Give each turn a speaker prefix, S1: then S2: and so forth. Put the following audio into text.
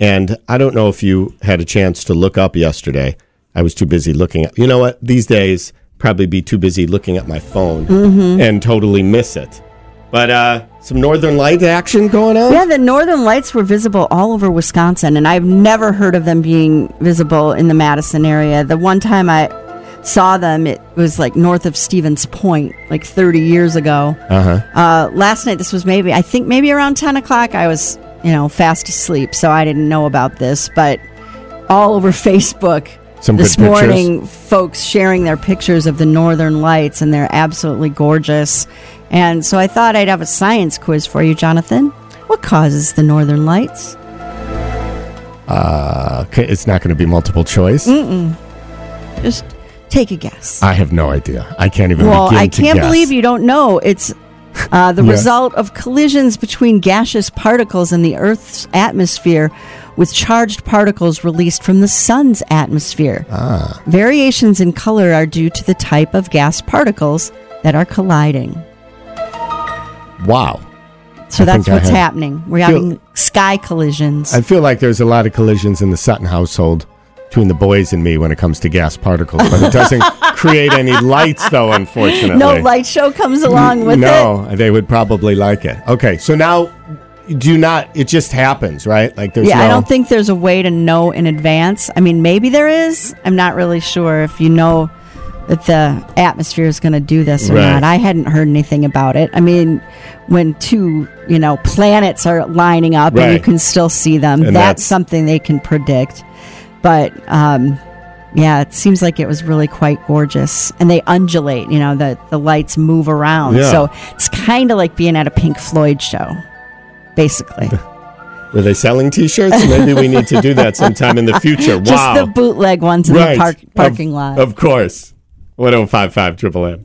S1: And I don't know if you had a chance to look up yesterday. I was too busy looking at. You know what? These days, probably be too busy looking at my phone
S2: Mm-hmm.
S1: and totally miss it. But uh, some Northern Light action going on.
S2: Yeah, the northern lights were visible all over Wisconsin, and I've never heard of them being visible in the Madison area. The one time I saw them, it was like north of Stevens Point, like 30 years ago. Uh-huh. Last night, this was maybe, I think maybe around 10 o'clock, I was, you know, fast asleep, so I didn't know about this, but all over Facebook.
S1: Some
S2: this
S1: good pictures.
S2: morning, folks sharing their pictures of the northern lights, and they're absolutely gorgeous. And so I thought I'd have a science quiz for you, Jonathan. What causes the northern lights?
S1: Uh, okay, it's not going to be multiple choice.
S2: Mm. Just take a guess.
S1: I have no idea. I can't even.
S2: well,
S1: begin
S2: I
S1: to
S2: can't
S1: guess.
S2: believe you don't know. It's uh, the
S1: Yes.
S2: result of collisions between gaseous particles in the Earth's atmosphere with charged particles released from the sun's atmosphere.
S1: Ah.
S2: Variations in color are due to the type of gas particles that are colliding.
S1: Wow.
S2: So
S1: I
S2: that's
S1: think I
S2: what's
S1: have-
S2: happening. We're
S1: Feel-
S2: having sky collisions.
S1: I feel like there's a lot of collisions in the Sutton household between the boys and me when it comes to gas particles, but it doesn't create any lights, though, unfortunately.
S2: no light show comes along with it.
S1: no, they would probably like it. Okay, so now do not. It just happens, right? Like there's
S2: Yeah,
S1: no.
S2: I don't think there's a way to know in advance. I mean, maybe there is. I'm not really sure if you know that the atmosphere is going to do this or
S1: Right.
S2: not. I hadn't heard anything about it. I mean, when two, you know, planets are lining up and you
S1: Right.
S2: can still see them,
S1: And
S2: that's,
S1: that's-
S2: something they can predict. But um, yeah, it seems like it was really quite gorgeous. And they undulate, you know, the, the lights move around.
S1: Yeah.
S2: So it's kind of like being at a Pink Floyd show, basically.
S1: Were they selling T-shirts? Maybe we need to do that sometime in the future.
S2: Just
S1: Wow.
S2: the bootleg ones in
S1: right.
S2: the park,
S1: Of-
S2: parking lot.
S1: Of course. 1055 Triple M.
S3: Mm,